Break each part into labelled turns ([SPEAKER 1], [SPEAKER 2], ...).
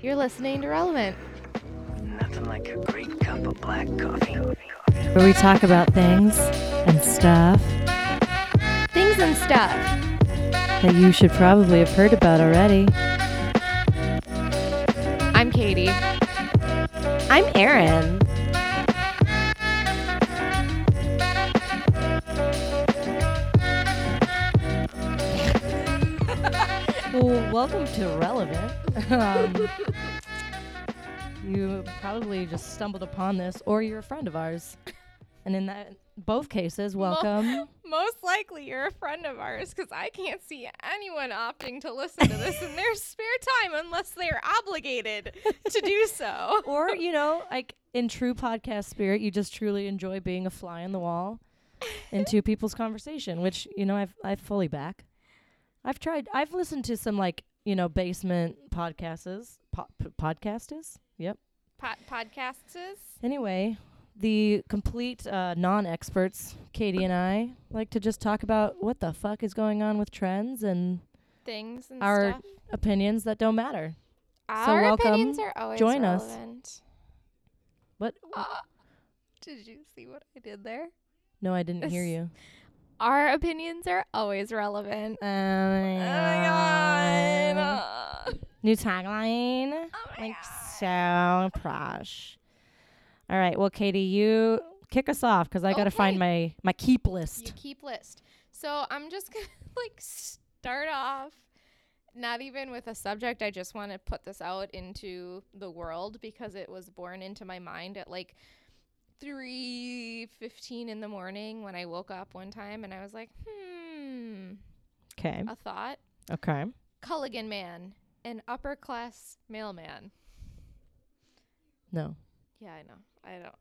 [SPEAKER 1] You're listening to Relevant.
[SPEAKER 2] Nothing like a great cup of black coffee.
[SPEAKER 3] where we talk about things and stuff
[SPEAKER 1] Things and stuff.
[SPEAKER 3] that you should probably have heard about already.
[SPEAKER 1] I'm Katie.
[SPEAKER 3] I'm Erin. well, welcome to Relevant. Um, you probably just stumbled upon this, or you're a friend of ours. And in that, both cases, welcome.
[SPEAKER 1] Most likely you're a friend of ours because I can't see anyone opting to listen to this in their spare time unless they are obligated to do so.
[SPEAKER 3] or you know like in true podcast spirit you just truly enjoy being a fly on the wall into people's conversation which you know i've i fully back i've tried i've listened to some like you know basement podcasts po- p- podcasters yep
[SPEAKER 1] Pod- podcasts?
[SPEAKER 3] anyway the complete uh, non-experts katie and i like to just talk about what the fuck is going on with trends and
[SPEAKER 1] Things and
[SPEAKER 3] Our
[SPEAKER 1] stuff.
[SPEAKER 3] opinions that don't matter
[SPEAKER 1] Our
[SPEAKER 3] welcome.
[SPEAKER 1] opinions are always
[SPEAKER 3] Join us.
[SPEAKER 1] relevant.
[SPEAKER 3] what
[SPEAKER 1] Ah, did you see what I did there?
[SPEAKER 3] no i didn't hear you
[SPEAKER 1] Our opinions are always relevant.
[SPEAKER 3] oh my
[SPEAKER 1] Oh my god.
[SPEAKER 3] New tagline.
[SPEAKER 1] Oh my
[SPEAKER 3] Um, like so prosh. All right. Well, Katie, you kick us off because I got to find my my keep
[SPEAKER 1] You
[SPEAKER 3] list.
[SPEAKER 1] keep list. So I'm just gonna like start off not even with a subject. I just want to put this out into the world because it was born into my mind at like 3:15 in the morning when I woke up one time and I was like, "Hmm,
[SPEAKER 3] Okay.
[SPEAKER 1] a thought.
[SPEAKER 3] Okay.
[SPEAKER 1] Culligan man, an upper class mailman."
[SPEAKER 3] No.
[SPEAKER 1] Yeah, I know. I don't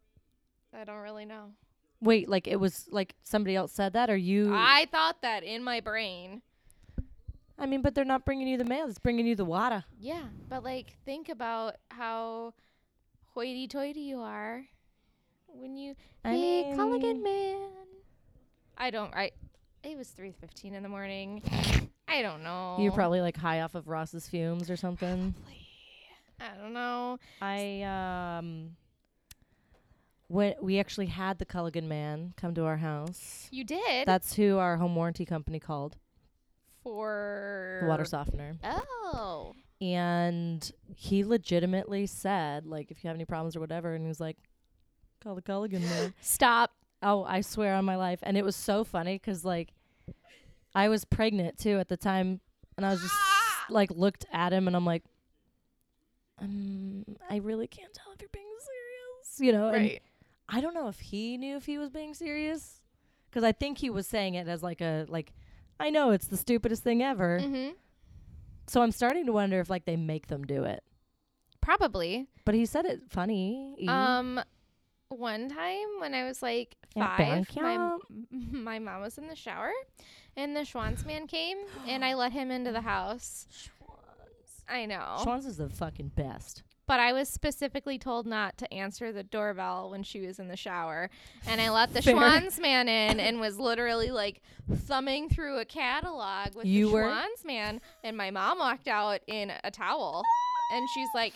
[SPEAKER 1] I don't really know.
[SPEAKER 3] Wait. Like it was like somebody else said that, or you?
[SPEAKER 1] I thought that in my brain.
[SPEAKER 3] I mean, but they're not bringing you the mail. It's bringing you the water.
[SPEAKER 1] Yeah, but like think about how hoity-toity you are when you
[SPEAKER 3] I
[SPEAKER 1] hey
[SPEAKER 3] mean-
[SPEAKER 1] Culligan man. I don't. I it was three fifteen in the morning. I don't know.
[SPEAKER 3] You're probably like high off of Ross's fumes or something.
[SPEAKER 1] I don't know.
[SPEAKER 3] I um. When we actually had the Culligan man come to our house.
[SPEAKER 1] You did
[SPEAKER 3] That's who our home warranty company called
[SPEAKER 1] for
[SPEAKER 3] the water softener.
[SPEAKER 1] Oh,
[SPEAKER 3] and he legitimately said like if you have any problems or whatever and he was like call the culligan man
[SPEAKER 1] stop.
[SPEAKER 3] oh i swear on my life and it was so funny because like i was pregnant too at the time and i was just like looked at him and i'm like um, i really can't tell if you're being serious you know and
[SPEAKER 1] Right.
[SPEAKER 3] i don't know if he knew if he was being serious because i think he was saying it as like a like i know it's the stupidest thing ever
[SPEAKER 1] Mm-hmm.
[SPEAKER 3] so i'm starting to wonder if like they make them do it
[SPEAKER 1] Probably.
[SPEAKER 3] But he said it funny.
[SPEAKER 1] Um, one time when I was like
[SPEAKER 3] Yeah,
[SPEAKER 1] five,
[SPEAKER 3] thank
[SPEAKER 1] my, my mom was in the shower, and the Schwanz man came, and I let him into the house. I know,
[SPEAKER 3] Schwanz is the fucking best.
[SPEAKER 1] but I was specifically told not to answer the doorbell when she was in the shower, and I let the
[SPEAKER 3] Fair.
[SPEAKER 1] Schwanz man in, and was literally like thumbing through a catalog with
[SPEAKER 3] You
[SPEAKER 1] the
[SPEAKER 3] were-
[SPEAKER 1] Schwanz man, and my mom walked out in a towel, and she's like,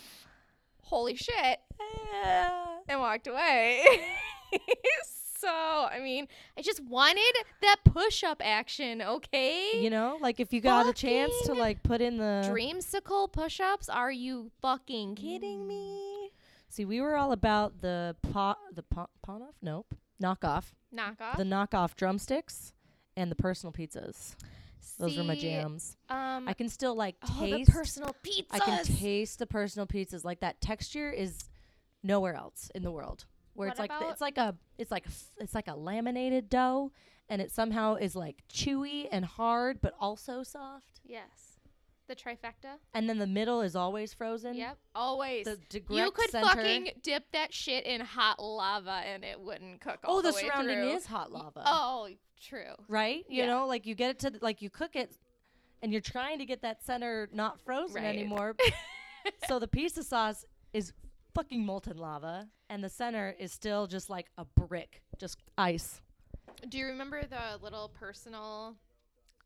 [SPEAKER 1] "Holy shit!" and walked away. so, I mean, I just wanted that push up action, okay?
[SPEAKER 3] You know, like if you got a chance to
[SPEAKER 1] Fucking
[SPEAKER 3] like put in the
[SPEAKER 1] Dreamsicle push ups? Are you fucking kidding me?
[SPEAKER 3] See, we were all about the pot, the pawn off. Nope, knockoff.
[SPEAKER 1] Knockoff.
[SPEAKER 3] The knockoff drumsticks and the personal pizzas. Those were my
[SPEAKER 1] See,
[SPEAKER 3] jams.
[SPEAKER 1] Um,
[SPEAKER 3] I can still like
[SPEAKER 1] oh, the
[SPEAKER 3] taste.
[SPEAKER 1] personal pizzas.
[SPEAKER 3] I can taste the personal pizzas. Like that texture is nowhere else in the world. Where
[SPEAKER 1] What
[SPEAKER 3] it's like the-
[SPEAKER 1] about-
[SPEAKER 3] it's like a it's like a f- it's like a laminated dough, and it somehow is like chewy and hard, but also soft.
[SPEAKER 1] yes. The trifecta.
[SPEAKER 3] And then the middle is always frozen.
[SPEAKER 1] Yep. Always.
[SPEAKER 3] The
[SPEAKER 1] you
[SPEAKER 3] direct
[SPEAKER 1] could
[SPEAKER 3] center-
[SPEAKER 1] fucking dip that shit in hot lava and it wouldn't cook. All
[SPEAKER 3] Oh, the,
[SPEAKER 1] way
[SPEAKER 3] surrounding
[SPEAKER 1] through.
[SPEAKER 3] is hot lava.
[SPEAKER 1] Oh, true.
[SPEAKER 3] Right? You
[SPEAKER 1] yeah.
[SPEAKER 3] know, like you get it to the, like you cook it, and you're trying to get that center not frozen
[SPEAKER 1] Right.
[SPEAKER 3] anymore. so the pizza sauce is fucking molten lava, and the center is still just like a brick, just ice.
[SPEAKER 1] Do you remember the little personal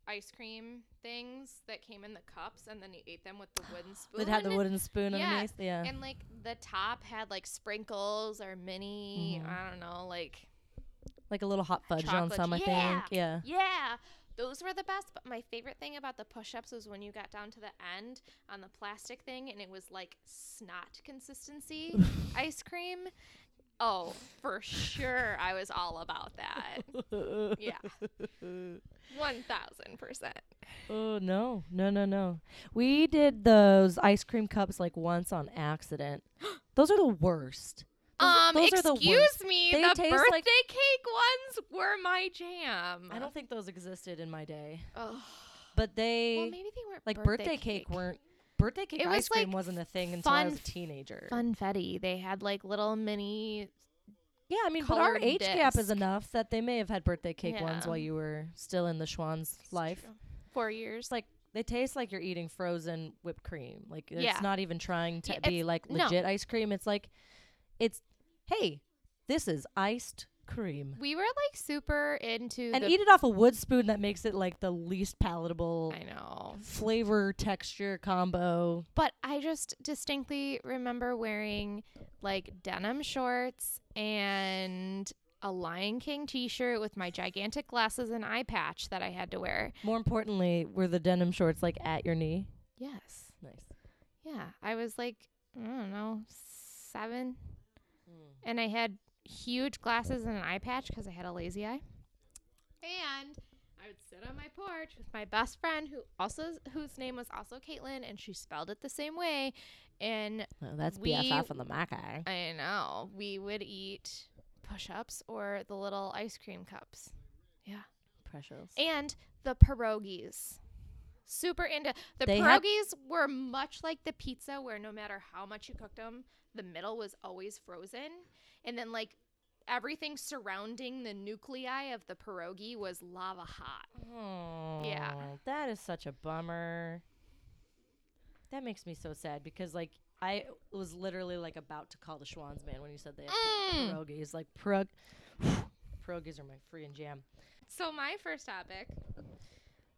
[SPEAKER 1] ice cream things that came in the cups, and then you ate them with the wooden spoon.
[SPEAKER 3] That had the wooden spoon
[SPEAKER 1] Yeah,
[SPEAKER 3] underneath. Yeah.
[SPEAKER 1] And like the top had like sprinkles or mini,
[SPEAKER 3] Mm-hmm.
[SPEAKER 1] I don't know, like
[SPEAKER 3] like a little hot fudge on
[SPEAKER 1] chocolate-
[SPEAKER 3] some, I
[SPEAKER 1] yeah.
[SPEAKER 3] think. Yeah.
[SPEAKER 1] Yeah. Those were the best, but my favorite thing about the push-ups was when you got down to the end on the plastic thing and it was like snot consistency ice cream. Oh, for sure I was all about that. Yeah. 1000%.
[SPEAKER 3] Oh no, no, no, no. We did those ice cream cups like once on accident. those are the worst. Those,
[SPEAKER 1] Um
[SPEAKER 3] those are the
[SPEAKER 1] excuse
[SPEAKER 3] worst.
[SPEAKER 1] me,
[SPEAKER 3] They
[SPEAKER 1] the
[SPEAKER 3] taste
[SPEAKER 1] birthday
[SPEAKER 3] like-
[SPEAKER 1] cake ones were my jam.
[SPEAKER 3] I don't think those existed in my day,
[SPEAKER 1] Ugh.
[SPEAKER 3] but they
[SPEAKER 1] Well, maybe they weren't
[SPEAKER 3] like birthday, cake, weren't birthday cake
[SPEAKER 1] It
[SPEAKER 3] ice
[SPEAKER 1] was,
[SPEAKER 3] cream
[SPEAKER 1] like,
[SPEAKER 3] wasn't a thing until I was a
[SPEAKER 1] fun-
[SPEAKER 3] teenager.
[SPEAKER 1] funfetti. They had like little mini
[SPEAKER 3] Yeah, I mean, but our
[SPEAKER 1] colored
[SPEAKER 3] age gap is
[SPEAKER 1] disc.
[SPEAKER 3] enough that they may have had birthday cake ones
[SPEAKER 1] Yeah.
[SPEAKER 3] while you were still in the Schwann's life.
[SPEAKER 1] four years.
[SPEAKER 3] It's like they taste like you're eating frozen whipped cream. Like it's
[SPEAKER 1] Yeah.
[SPEAKER 3] not even trying to
[SPEAKER 1] Yeah,
[SPEAKER 3] be
[SPEAKER 1] it's-
[SPEAKER 3] like
[SPEAKER 1] no.
[SPEAKER 3] legit ice cream. It's like it's hey, this is iced cream.
[SPEAKER 1] We were like super into
[SPEAKER 3] And
[SPEAKER 1] the,
[SPEAKER 3] eat it off a wood spoon that makes it like the least palatable
[SPEAKER 1] I know.
[SPEAKER 3] flavor texture combo.
[SPEAKER 1] But I just distinctly remember wearing like denim shorts and a Lion King t-shirt with my gigantic glasses and eye patch that I had to wear.
[SPEAKER 3] More importantly, were the denim shorts like at your knee?
[SPEAKER 1] Yes.
[SPEAKER 3] Nice.
[SPEAKER 1] Yeah, I was like, I don't know, 7.
[SPEAKER 3] Mm.
[SPEAKER 1] And I had huge glasses and an eye patch cuz I had a lazy eye. And I would sit on my porch with my best friend who also whose name was also Caitlin and she spelled it the same way and
[SPEAKER 3] Well, that's
[SPEAKER 1] We-
[SPEAKER 3] BFF on the Mackay.
[SPEAKER 1] I know. We would eat push ups or the little ice cream cups.
[SPEAKER 3] Precious.
[SPEAKER 1] And the pierogies. Super into the
[SPEAKER 3] They had-
[SPEAKER 1] pierogies were much like the pizza, where no matter how much you cooked them, the middle was always frozen, and then like everything surrounding the nuclei of the pierogi was lava hot. Yeah.
[SPEAKER 3] Aw, That is such a bummer. That makes me so sad because like I was literally like about to call the Schwans man when you said they had
[SPEAKER 1] Mm.
[SPEAKER 3] pierogies. Like pierog pierogies are my free and jam.
[SPEAKER 1] So my first topic,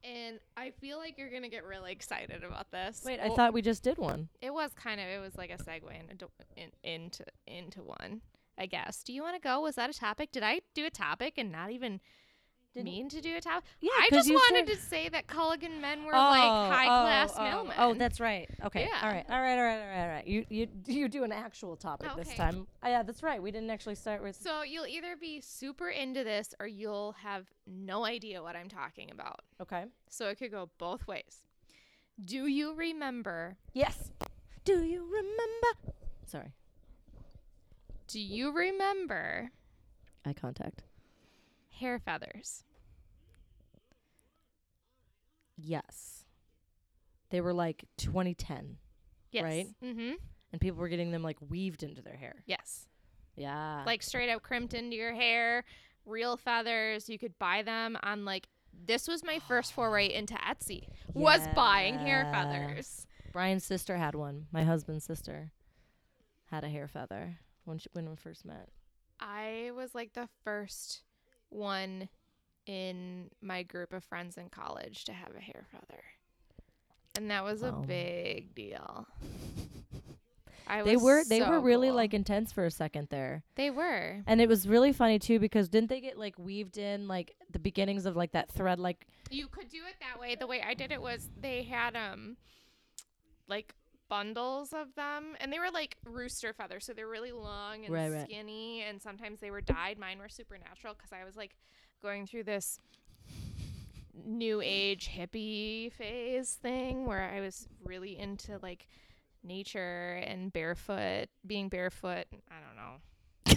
[SPEAKER 1] and I feel like you're gonna get really excited about this.
[SPEAKER 3] Wait, I
[SPEAKER 1] Well-
[SPEAKER 3] thought we just did one.
[SPEAKER 1] It was kind of. It was like a segue in, a do- in, into into one, I guess. Do you want to go? Was that a topic? Did I do a topic and not even
[SPEAKER 3] Didn't-
[SPEAKER 1] mean to do a topic?
[SPEAKER 3] Yeah,
[SPEAKER 1] I
[SPEAKER 3] 'cause
[SPEAKER 1] just
[SPEAKER 3] you
[SPEAKER 1] wanted
[SPEAKER 3] said-
[SPEAKER 1] to say that Culligan men were like high class mailmen.
[SPEAKER 3] Oh, that's right. Okay.
[SPEAKER 1] Yeah.
[SPEAKER 3] All right. All right. All right. All right. All right. You you you do an actual topic this
[SPEAKER 1] Okay.
[SPEAKER 3] time. Uh, yeah, that's right. We didn't actually start with.
[SPEAKER 1] so you'll either be super into this or you'll have no idea what I'm talking about.
[SPEAKER 3] Okay.
[SPEAKER 1] So it could go both ways. Do you remember?
[SPEAKER 3] Yes. Do you remember? Sorry.
[SPEAKER 1] Do you remember
[SPEAKER 3] Eye contact.
[SPEAKER 1] hair feathers?
[SPEAKER 3] Yes. They were like 2010,
[SPEAKER 1] Yes.
[SPEAKER 3] Right.
[SPEAKER 1] Mm-hmm.
[SPEAKER 3] and people were getting them like weaved into their hair.
[SPEAKER 1] Yes.
[SPEAKER 3] Yeah.
[SPEAKER 1] like straight up crimped into your hair, real feathers. You could buy them on like this was my first foray into Etsy. Was buying hair
[SPEAKER 3] Yeah.
[SPEAKER 1] feathers.
[SPEAKER 3] Brian's sister had one. My husband's sister had a hair feather when she, when we first met.
[SPEAKER 1] I was like the first one in my group of friends in college to have a hair feather. And that was
[SPEAKER 3] Wow.
[SPEAKER 1] a big deal. I
[SPEAKER 3] They
[SPEAKER 1] was
[SPEAKER 3] were they were
[SPEAKER 1] so
[SPEAKER 3] really
[SPEAKER 1] cool.
[SPEAKER 3] like intense for a second there.
[SPEAKER 1] they were.
[SPEAKER 3] And it was really funny too because didn't they get like weaved in like the beginnings of like that thread like
[SPEAKER 1] You could do it that way. The way I did it was they had um like bundles of them and they were like rooster feathers, so they're really long and
[SPEAKER 3] Right, right.
[SPEAKER 1] skinny and sometimes they were dyed. Mine were supernatural cuz I was like going through this new age hippie phase thing where I was really into like nature and barefoot, being barefoot, I don't know.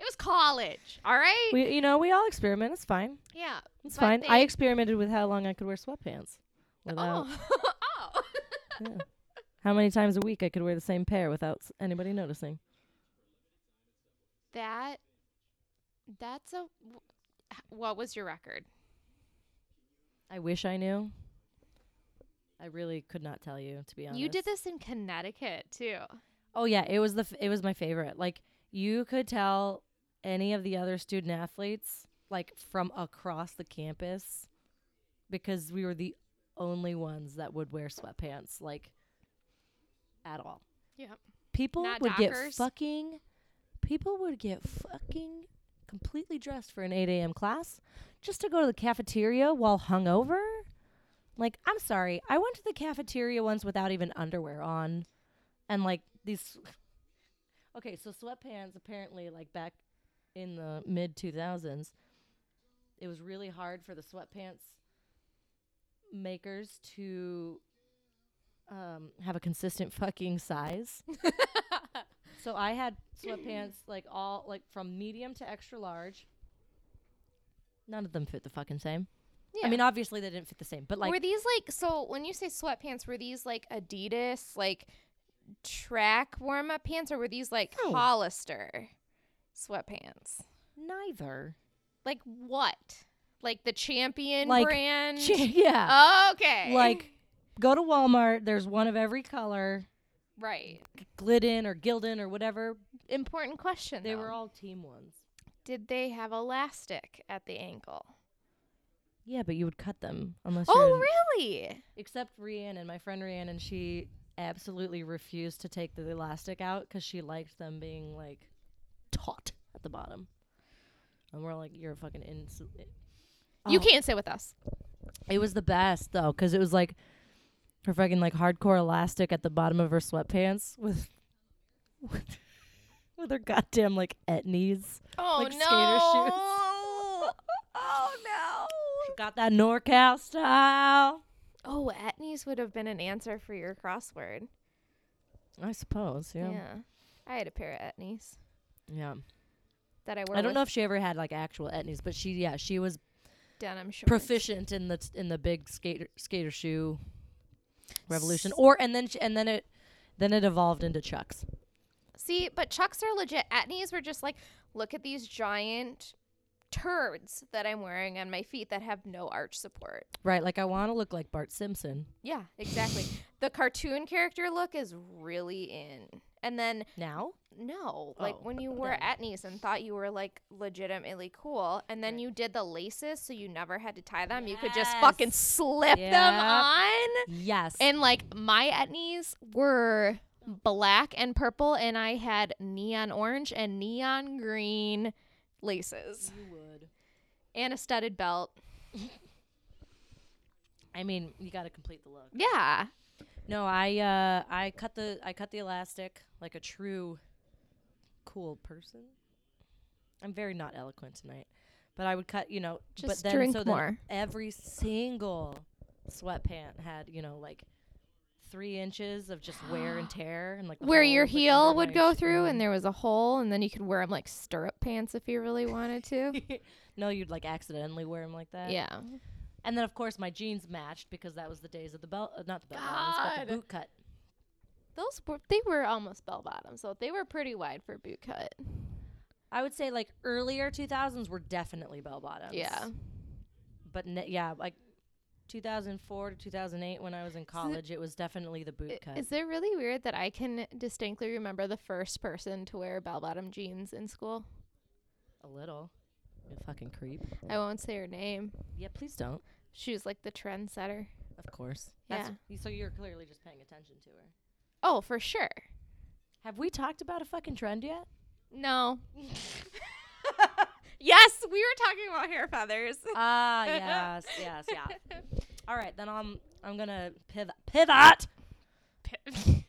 [SPEAKER 1] it was college, all right?
[SPEAKER 3] we you know, we all experiment, it's fine.
[SPEAKER 1] yeah.
[SPEAKER 3] It's
[SPEAKER 1] but
[SPEAKER 3] fine. I
[SPEAKER 1] they-
[SPEAKER 3] experimented with how long I could wear sweatpants. Without
[SPEAKER 1] Oh. oh.
[SPEAKER 3] how many times a week I could wear the same pair without s- anybody noticing.
[SPEAKER 1] That that's a w- h- what was your record?
[SPEAKER 3] I wish I knew. I really could not tell you to be honest.
[SPEAKER 1] You did this in Connecticut too.
[SPEAKER 3] Oh yeah, it was the f- it was my favorite. Like you could tell any of the other student athletes like from across the campus because we were the only ones that would wear sweatpants like at all.
[SPEAKER 1] Yep.
[SPEAKER 3] People
[SPEAKER 1] Not
[SPEAKER 3] would get
[SPEAKER 1] dockers.
[SPEAKER 3] fucking people would get fucking completely dressed for an 8 a.m. class just to go to the cafeteria while hungover. Like, I'm sorry. I went to the cafeteria once without even underwear on. And like these Okay, so sweatpants apparently like back in the mid 2000s it was really hard for the sweatpants makers to um, have a consistent fucking size. so I had sweatpants like all like from medium to extra large. None of them fit the fucking same. I
[SPEAKER 1] Yeah.
[SPEAKER 3] mean, obviously they didn't fit the same, but like
[SPEAKER 1] were these like so when you say sweatpants were these like adidas like track warm up pants or were these like
[SPEAKER 3] No.
[SPEAKER 1] hollister sweatpants
[SPEAKER 3] neither.
[SPEAKER 1] like what like the champion
[SPEAKER 3] Like,
[SPEAKER 1] brand
[SPEAKER 3] yeah.
[SPEAKER 1] okay
[SPEAKER 3] Like go to Walmart, there's one of every color,
[SPEAKER 1] right
[SPEAKER 3] Glidden or Gildan or whatever.
[SPEAKER 1] important question
[SPEAKER 3] They were
[SPEAKER 1] though.
[SPEAKER 3] all team ones.
[SPEAKER 1] did they have elastic at the ankle
[SPEAKER 3] Yeah, but you would cut them unless you're
[SPEAKER 1] oh
[SPEAKER 3] in-
[SPEAKER 1] really
[SPEAKER 3] except Rhiannon, my friend Rhiannon, she absolutely refused to take the elastic out because she liked them being like taut at the bottom. And we're like, you're a fucking ins.
[SPEAKER 1] you
[SPEAKER 3] Oh.
[SPEAKER 1] can't sit with us
[SPEAKER 3] It was the best though, because it was like her fucking like hardcore elastic at the bottom of her sweatpants with with, with her goddamn like etnies.
[SPEAKER 1] oh
[SPEAKER 3] Like skater
[SPEAKER 1] no
[SPEAKER 3] shoes.
[SPEAKER 1] oh no
[SPEAKER 3] She got that NorCal style,
[SPEAKER 1] oh etnies would have been an answer for your crossword
[SPEAKER 3] I suppose.
[SPEAKER 1] Yeah.
[SPEAKER 3] Yeah, yeah.
[SPEAKER 1] I had a pair of etnies that I wore
[SPEAKER 3] I don't
[SPEAKER 1] with
[SPEAKER 3] know if she ever had like actual etnies, but she yeah she was
[SPEAKER 1] denim shorts.
[SPEAKER 3] proficient in the in the big skater skater shoe revolution or and then sh- and then it then it evolved into chucks
[SPEAKER 1] See, but Chucks are legit. Etnies were just like, look at these giant turds that I'm wearing on my feet that have no arch support.
[SPEAKER 3] right like i want to look like bart simpson
[SPEAKER 1] Yeah, exactly. the cartoon character look is really in. And then
[SPEAKER 3] now
[SPEAKER 1] no, like
[SPEAKER 3] Oh,
[SPEAKER 1] when you wore
[SPEAKER 3] then.
[SPEAKER 1] etnies and thought you were like legitimately cool, and then you did the laces so you never had to tie them. You could just fucking
[SPEAKER 3] Yes.
[SPEAKER 1] slip them
[SPEAKER 3] Yep.
[SPEAKER 1] on.
[SPEAKER 3] yes
[SPEAKER 1] And like my etnies were black and purple, and I had neon orange and neon green laces
[SPEAKER 3] you would
[SPEAKER 1] and a studded belt.
[SPEAKER 3] i mean you got to complete the look
[SPEAKER 1] Yeah.
[SPEAKER 3] no i uh i cut the i cut the elastic like a true cool person i'm very not eloquent tonight but i would cut you know
[SPEAKER 1] Just
[SPEAKER 3] but then
[SPEAKER 1] drink
[SPEAKER 3] so then
[SPEAKER 1] more.
[SPEAKER 3] every single sweatpant had you know like three inches of just wear and tear and like Oh, the
[SPEAKER 1] Where your
[SPEAKER 3] holes, like,
[SPEAKER 1] heel
[SPEAKER 3] under
[SPEAKER 1] would
[SPEAKER 3] my
[SPEAKER 1] go
[SPEAKER 3] sh-
[SPEAKER 1] through, and
[SPEAKER 3] mhm.
[SPEAKER 1] there was a hole, and then you could wear them like stirrup pants if you really wanted to.
[SPEAKER 3] no you'd like accidentally wear them like that
[SPEAKER 1] yeah.
[SPEAKER 3] and then of course my jeans matched because that was the days of the belt uh, not the belt bottoms, but the
[SPEAKER 1] God.
[SPEAKER 3] boot cut
[SPEAKER 1] Those were, they were almost bell bottom, so they were pretty wide for boot cut.
[SPEAKER 3] i would say like earlier 2000s were definitely bell bottoms
[SPEAKER 1] Yeah.
[SPEAKER 3] but ne- yeah like 2004 to 2008 when i was in college it was definitely the boot cut
[SPEAKER 1] Is it really weird that I can distinctly remember the first person to wear bell bottom jeans in school?
[SPEAKER 3] a little you fucking creep
[SPEAKER 1] I won't say her name.
[SPEAKER 3] yeah please don't
[SPEAKER 1] She was like the trendsetter.
[SPEAKER 3] of course
[SPEAKER 1] Yeah.
[SPEAKER 3] That's, so you're clearly just paying attention to her
[SPEAKER 1] Oh, for sure.
[SPEAKER 3] Have we talked about a fucking trend yet?
[SPEAKER 1] No. yes, we were talking about hair feathers.
[SPEAKER 3] Ah, yes, yes, yeah. All right, then I'm I'm gonna pivot. Pivot.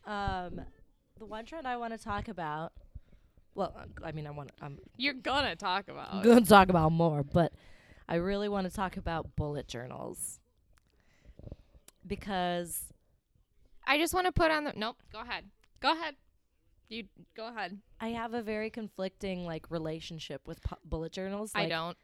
[SPEAKER 3] Um, the one trend I want to talk about. Well, um, I mean, I want I'm
[SPEAKER 1] You're gonna talk about.
[SPEAKER 3] gonna talk about more, but I really want to talk about bullet journals because
[SPEAKER 1] I just want to put on the. Nope. Go ahead. Go ahead. You go ahead.
[SPEAKER 3] I have a very conflicting like relationship with pu- bullet journals.
[SPEAKER 1] I
[SPEAKER 3] Like,
[SPEAKER 1] don't.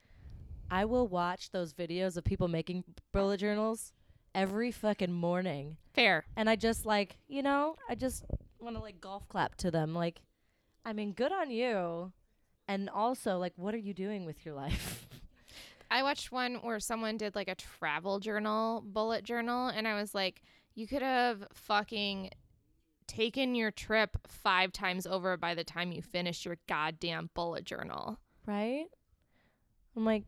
[SPEAKER 3] I will watch those videos of people making bullet journals every fucking morning.
[SPEAKER 1] Fair.
[SPEAKER 3] and I just like, you know, I just want to like golf clap to them. Like, I mean, good on you. And also, like, what are you doing with your life?
[SPEAKER 1] I watched one where someone did like a travel journal, bullet journal, and I was like, you could have fucking taken your trip five times over by the time you finished your goddamn bullet journal.
[SPEAKER 3] right? I'm like,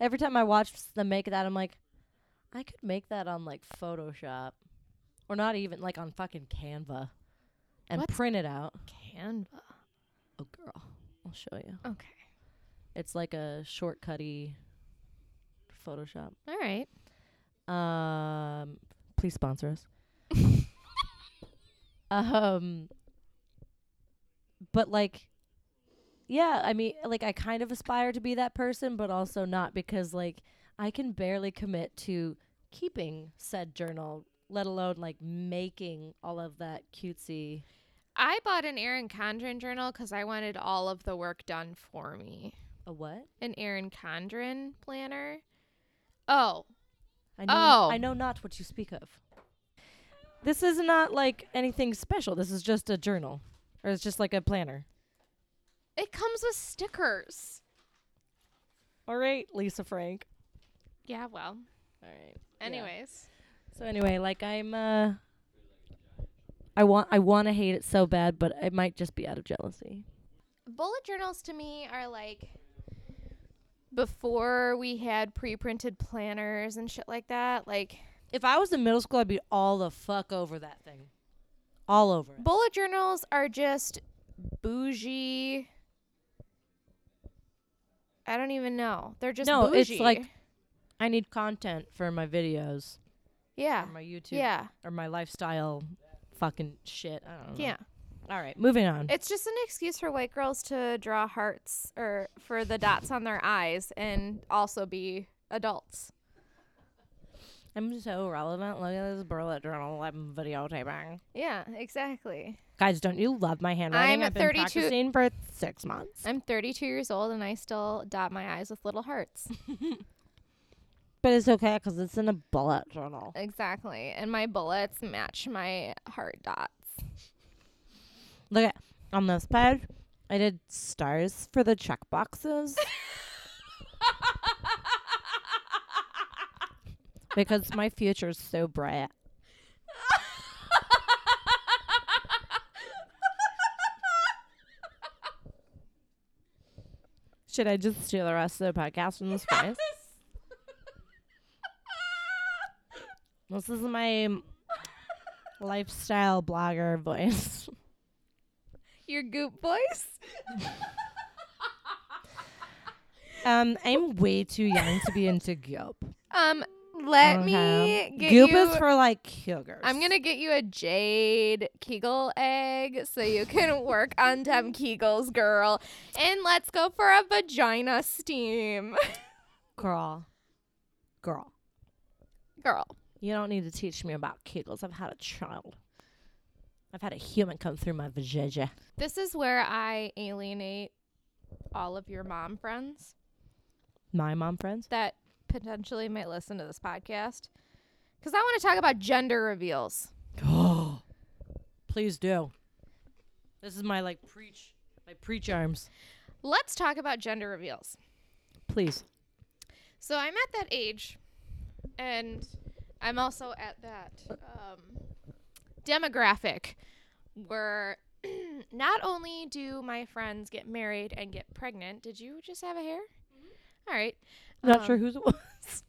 [SPEAKER 3] every time I watch them make that, I'm like, I could make that on like Photoshop, or not even like on fucking Canva, and
[SPEAKER 1] What's-
[SPEAKER 3] print it out.
[SPEAKER 1] Canva.
[SPEAKER 3] Oh, girl, I'll show you.
[SPEAKER 1] Okay.
[SPEAKER 3] It's like a shortcutty Photoshop.
[SPEAKER 1] All right.
[SPEAKER 3] Um, please sponsor us. um, but like, yeah, I mean, like, I kind of aspire to be that person, but also not because like I can barely commit to keeping said journal, let alone like making all of that cutesy.
[SPEAKER 1] I bought an Erin Condren journal because I wanted all of the work done for me.
[SPEAKER 3] A what?
[SPEAKER 1] An Erin Condren planner. Oh,
[SPEAKER 3] I know,
[SPEAKER 1] Oh.
[SPEAKER 3] I know not what you speak of. This is not like anything special. This is just a journal, or it's just like a planner.
[SPEAKER 1] it comes with stickers.
[SPEAKER 3] All right, Lisa Frank.
[SPEAKER 1] Yeah, well.
[SPEAKER 3] All right.
[SPEAKER 1] Anyways.
[SPEAKER 3] So anyway, like I'm uh I want I want to hate it so bad, but it might just be out of jealousy.
[SPEAKER 1] Bullet journals to me are like before we had pre printed planners and shit like that. Like,
[SPEAKER 3] If I was in middle school, I'd be all the fuck over that thing. All over it.
[SPEAKER 1] bullet journals are just bougie. I don't even know. They're just
[SPEAKER 3] No, it's
[SPEAKER 1] bougie.
[SPEAKER 3] like- I need content for my videos,
[SPEAKER 1] yeah,
[SPEAKER 3] for my YouTube,
[SPEAKER 1] yeah,
[SPEAKER 3] or my lifestyle fucking shit. I don't know.
[SPEAKER 1] yeah.
[SPEAKER 3] All right, moving on.
[SPEAKER 1] It's just an excuse for white girls to draw hearts or for the dots on their eyes and also be adults.
[SPEAKER 3] I'm so relevant. Look at this bullet journal I'm videotaping.
[SPEAKER 1] Yeah, exactly.
[SPEAKER 3] Guys, don't you love my handwriting?
[SPEAKER 1] I'm
[SPEAKER 3] I've
[SPEAKER 1] at
[SPEAKER 3] been
[SPEAKER 1] 32
[SPEAKER 3] practicing for six months.
[SPEAKER 1] I'm 32 years old and I still dot my eyes with little hearts.
[SPEAKER 3] But it's okay because it's in a bullet journal.
[SPEAKER 1] exactly. And my bullets match my heart dots.
[SPEAKER 3] Look at on this page, I did stars for the check boxes because my future's so bright. Should I just do the rest of the podcast in this voice? This is my lifestyle blogger voice.
[SPEAKER 1] Your goop voice?
[SPEAKER 3] Um, I'm way too young to be into goop.
[SPEAKER 1] Um, let
[SPEAKER 3] Okay.
[SPEAKER 1] me get
[SPEAKER 3] goop
[SPEAKER 1] you.
[SPEAKER 3] is for like cougars.
[SPEAKER 1] I'm gonna get you a jade Kegel egg so you can work on them Kegels, girl. And let's go for a vagina steam,
[SPEAKER 3] girl, girl.
[SPEAKER 1] girl.
[SPEAKER 3] You don't need to teach me about Kegels. I've had a child. I've had a human come through my vajayjay.
[SPEAKER 1] This is where I alienate all of your mom friends
[SPEAKER 3] My mom friends.
[SPEAKER 1] that potentially might listen to this podcast because I want to talk about gender reveals.
[SPEAKER 3] Oh, please do. This is my like preach, my preach arms.
[SPEAKER 1] Let's talk about gender reveals.
[SPEAKER 3] Please.
[SPEAKER 1] So I'm at that age, and I'm also at that um, demographic where not only do my friends get married and get pregnant. Did you just have a hair? All right.
[SPEAKER 3] Not
[SPEAKER 1] Um,
[SPEAKER 3] sure who's it was.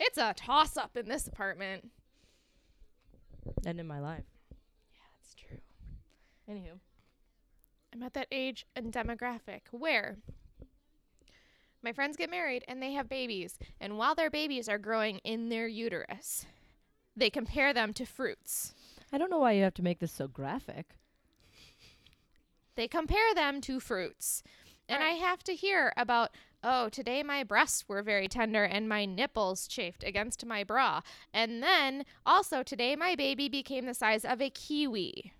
[SPEAKER 1] It's a toss up in this apartment.
[SPEAKER 3] And in my life.
[SPEAKER 1] Yeah, that's true.
[SPEAKER 3] Anywho.
[SPEAKER 1] I'm at that age and demographic where my friends get married and they have babies, and while their babies are growing in their uterus, they compare them to fruits.
[SPEAKER 3] I don't know why you have to make this so graphic.
[SPEAKER 1] They compare them to fruits. And I have to hear about, oh, today my breasts were very tender and my nipples chafed against my bra. And then also today my baby became the size of a kiwi.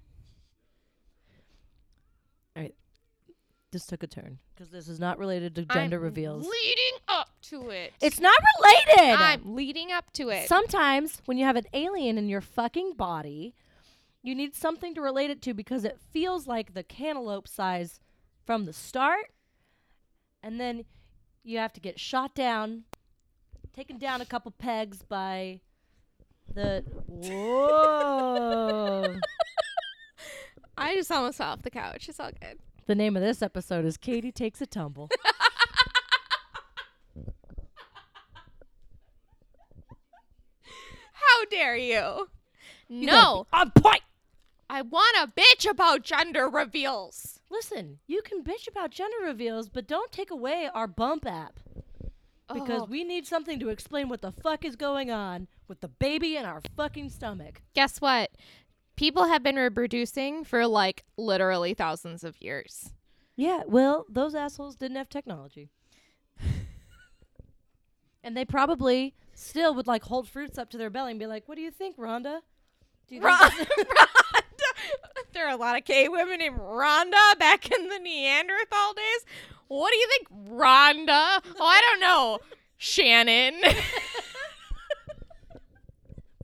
[SPEAKER 3] This took a turn because this is not related to
[SPEAKER 1] I'm
[SPEAKER 3] gender reveals.
[SPEAKER 1] Leading up to it.
[SPEAKER 3] it's not related.
[SPEAKER 1] I'm leading up to it.
[SPEAKER 3] Sometimes when you have an alien in your fucking body, you need something to relate it to because it feels like the cantaloupe size from the start. And then you have to get shot down, taken down a couple pegs by the. Whoa.
[SPEAKER 1] I just almost fell off the couch. It's all good.
[SPEAKER 3] the name of this episode is Katie Takes a Tumble.
[SPEAKER 1] dare you?
[SPEAKER 3] You gotta
[SPEAKER 1] No,
[SPEAKER 3] be On point.
[SPEAKER 1] I want a bitch about gender reveals.
[SPEAKER 3] Listen, you can bitch about gender reveals, but don't take away our bump app because
[SPEAKER 1] Oh,
[SPEAKER 3] we need something to explain what the fuck is going on with the baby in our fucking stomach.
[SPEAKER 1] guess what? People have been reproducing for like literally thousands of years.
[SPEAKER 3] Yeah, well, those assholes didn't have technology. and they probably still would like hold fruits up to their belly and be like, "What do you think, Rhonda?" Do you think
[SPEAKER 1] Ron-
[SPEAKER 3] that's-
[SPEAKER 1] Rhonda. There are a lot of gay women named Rhonda back in the Neanderthal days. What do you think, Rhonda? Oh, I don't know. Shannon.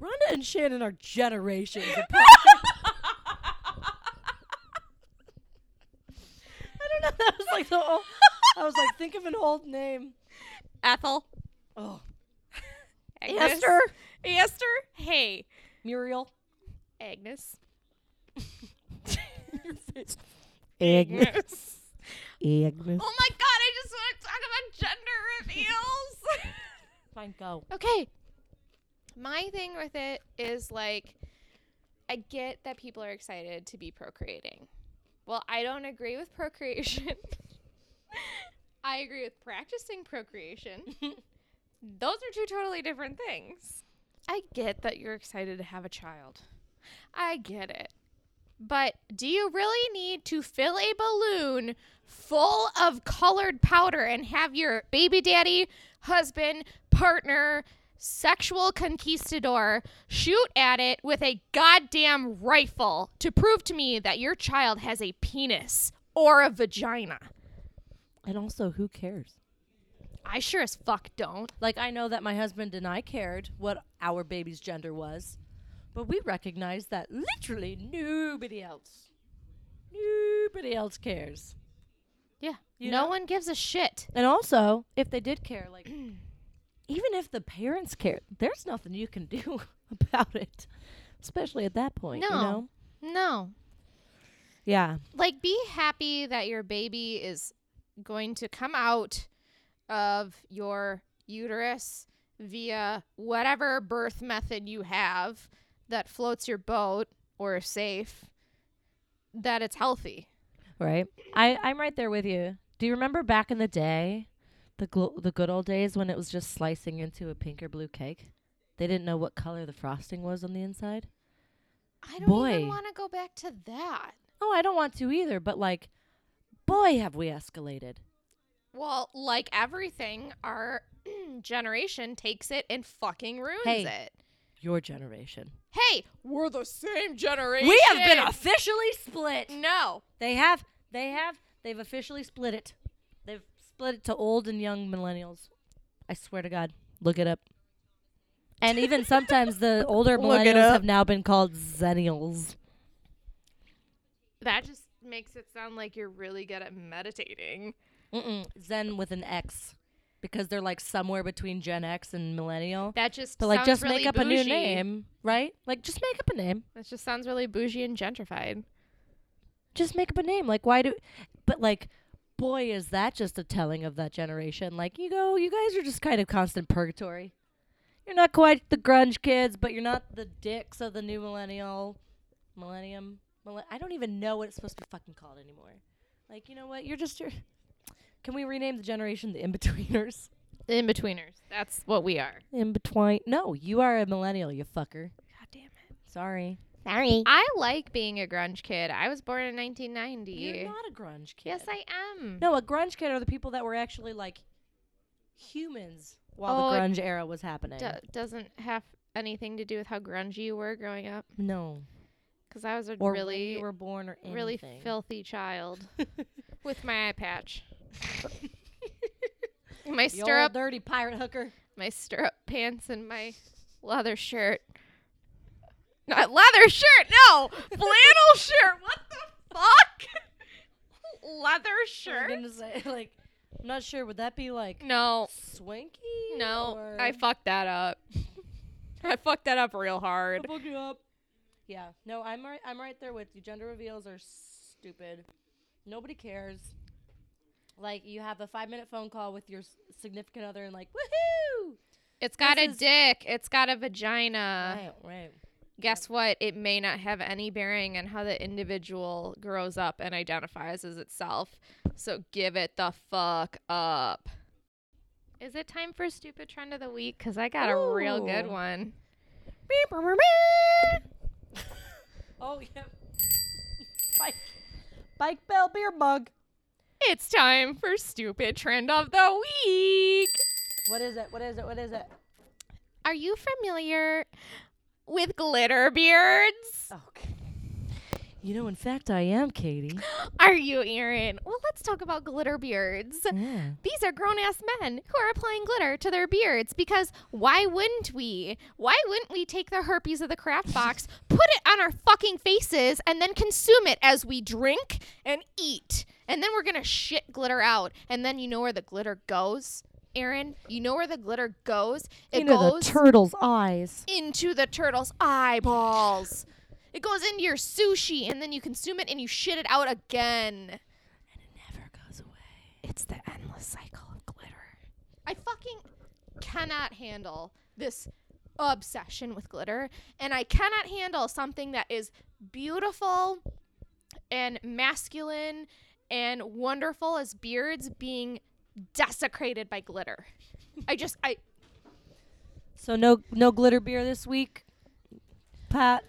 [SPEAKER 3] Rhonda and Shannon are generations apart. I don't know. That was like the old, I was like, think of an old name.
[SPEAKER 1] Ethel.
[SPEAKER 3] Oh,
[SPEAKER 1] Agnes.
[SPEAKER 3] Esther,
[SPEAKER 1] Esther. Hey,
[SPEAKER 3] Muriel,
[SPEAKER 1] Agnes.
[SPEAKER 3] Agnes,
[SPEAKER 1] Agnes.
[SPEAKER 3] Agnes.
[SPEAKER 1] Oh my god, I just want to talk about gender reveals.
[SPEAKER 3] Fine, go.
[SPEAKER 1] Okay. My thing with it is like, I get that people are excited to be procreating. Well, I don't agree with procreation. I agree with practicing procreation. Those are two totally different things. I get that you're excited to have a child. I get it. But do you really need to fill a balloon full of colored powder and have your baby daddy, husband, partner, sexual conquistador shoot at it with a goddamn rifle to prove to me that your child has a penis or a vagina?
[SPEAKER 3] And also, who cares?
[SPEAKER 1] I sure as fuck don't.
[SPEAKER 3] Like, I know that my husband and I cared what our baby's gender was, but we recognized that literally nobody else, nobody else cares.
[SPEAKER 1] Yeah.
[SPEAKER 3] You
[SPEAKER 1] no
[SPEAKER 3] know?
[SPEAKER 1] one gives a shit.
[SPEAKER 3] And also, if they did care, like, even if the parents cared, there's nothing you can do about it, especially at that point.
[SPEAKER 1] No.
[SPEAKER 3] You know?
[SPEAKER 1] No.
[SPEAKER 3] Yeah.
[SPEAKER 1] like be happy that your baby is going to come out of your uterus via whatever birth method you have that floats your boat or is safe that it's healthy
[SPEAKER 3] Right. I, I'm right there with you. Do you remember back in the day, the gl- the good old days when it was just slicing into a pink or blue cake? They didn't know what color the frosting was on the inside.
[SPEAKER 1] i don't
[SPEAKER 3] Boy.
[SPEAKER 1] even want to go back to that
[SPEAKER 3] Oh, I don't want to either, but like, boy, have we escalated.
[SPEAKER 1] well like everything our generation takes it and fucking ruins
[SPEAKER 3] Hey.
[SPEAKER 1] it
[SPEAKER 3] Your generation.
[SPEAKER 1] hey we're the same generation
[SPEAKER 3] We have been officially split.
[SPEAKER 1] no
[SPEAKER 3] They have. They have. They've officially split it. They've split it to old and young millennials. I swear to God. Look it up. And even sometimes the older
[SPEAKER 1] Look it
[SPEAKER 3] millennials
[SPEAKER 1] up.
[SPEAKER 3] have now been called zennials.
[SPEAKER 1] That just makes it sound like you're really good at meditating.
[SPEAKER 3] Mm-mm. Zen with an X. Because they're like somewhere between Gen X and millennial.
[SPEAKER 1] That just
[SPEAKER 3] But like
[SPEAKER 1] sounds
[SPEAKER 3] just
[SPEAKER 1] really
[SPEAKER 3] make up
[SPEAKER 1] bougie.
[SPEAKER 3] a new name, right? Like just make up a name.
[SPEAKER 1] That just sounds really bougie and gentrified.
[SPEAKER 3] Just make up a name. Like why do but like boy is that just a telling of that generation. Like you go you guys are just kind of constant purgatory. You're not quite the grunge kids, but you're not the dicks of the new millennial millennium. Millen- I don't even know what it's supposed to be fucking called anymore. Like, you know what? You're just your Can we rename the generation the in-betweeners?
[SPEAKER 1] In betweeners. That's what we are.
[SPEAKER 3] In between. No, you are a millennial, you fucker.
[SPEAKER 1] God damn it.
[SPEAKER 3] Sorry.
[SPEAKER 1] I like being a grunge kid. I was born in 1990.
[SPEAKER 3] You're not a grunge kid.
[SPEAKER 1] yes, I am.
[SPEAKER 3] No, a grunge kid are the people that were actually like humans while
[SPEAKER 1] Oh,
[SPEAKER 3] the grunge era was happening.
[SPEAKER 1] Do- doesn't have anything to do with how grungy you were growing up.
[SPEAKER 3] no.
[SPEAKER 1] Because I was a
[SPEAKER 3] Or really
[SPEAKER 1] really,
[SPEAKER 3] you were born or anything.
[SPEAKER 1] really filthy child with my eye patch. my
[SPEAKER 3] The old
[SPEAKER 1] stirrup
[SPEAKER 3] dirty pirate hooker.
[SPEAKER 1] my stirrup pants and my leather shirt. Not leather shirt, no! Flannel shirt! What the fuck? Leather
[SPEAKER 3] I'm
[SPEAKER 1] shirt?
[SPEAKER 3] gonna say like I'm not sure. Would that be like
[SPEAKER 1] No,
[SPEAKER 3] swanky?
[SPEAKER 1] no.
[SPEAKER 3] or-
[SPEAKER 1] I fucked that up. I fucked that up real hard.
[SPEAKER 3] Fuck you up. Yeah. No, I'm right. I'm right there with you. Gender reveals are stupid. Nobody cares. Like you have a five minute phone call with your s- significant other and like woohoo.
[SPEAKER 1] It's got
[SPEAKER 3] This
[SPEAKER 1] a
[SPEAKER 3] is-
[SPEAKER 1] dick. It's got a vagina.
[SPEAKER 3] right, right.
[SPEAKER 1] Guess what? It may not have any bearing on how the individual grows up and identifies as itself. So give it the fuck up. Is it time for stupid trend of the week? Because I got a real good
[SPEAKER 3] Ooh.
[SPEAKER 1] one.
[SPEAKER 3] Oh yeah. bike, bike bell beer mug.
[SPEAKER 1] It's time for stupid trend of the week.
[SPEAKER 3] What is it? What is it? What is it?
[SPEAKER 1] Are you familiar with glitter beards?
[SPEAKER 3] Okay. You know, in fact, I am Katie.
[SPEAKER 1] Are you, Erin? Well, let's talk about glitter beards.
[SPEAKER 3] Yeah.
[SPEAKER 1] These are grown ass men who are applying glitter to their beards because why wouldn't we? Why wouldn't we take the herpes of the craft box, put it on our fucking faces, and then consume it as we drink and eat? And then we're gonna shit glitter out. And then you know where the glitter goes, Erin? You know where the glitter goes? It
[SPEAKER 3] Into the
[SPEAKER 1] goes
[SPEAKER 3] turtle's eyes.
[SPEAKER 1] into the turtle's eyeballs. It goes into your sushi, and then you consume it and you shit it out again.
[SPEAKER 3] Never goes away.
[SPEAKER 1] It's the endless cycle of glitter. I fucking cannot handle this obsession with glitter, and I cannot handle something that is beautiful and masculine and wonderful as beards being desecrated by glitter. I just I
[SPEAKER 3] So no, no glitter beer this week, Pat.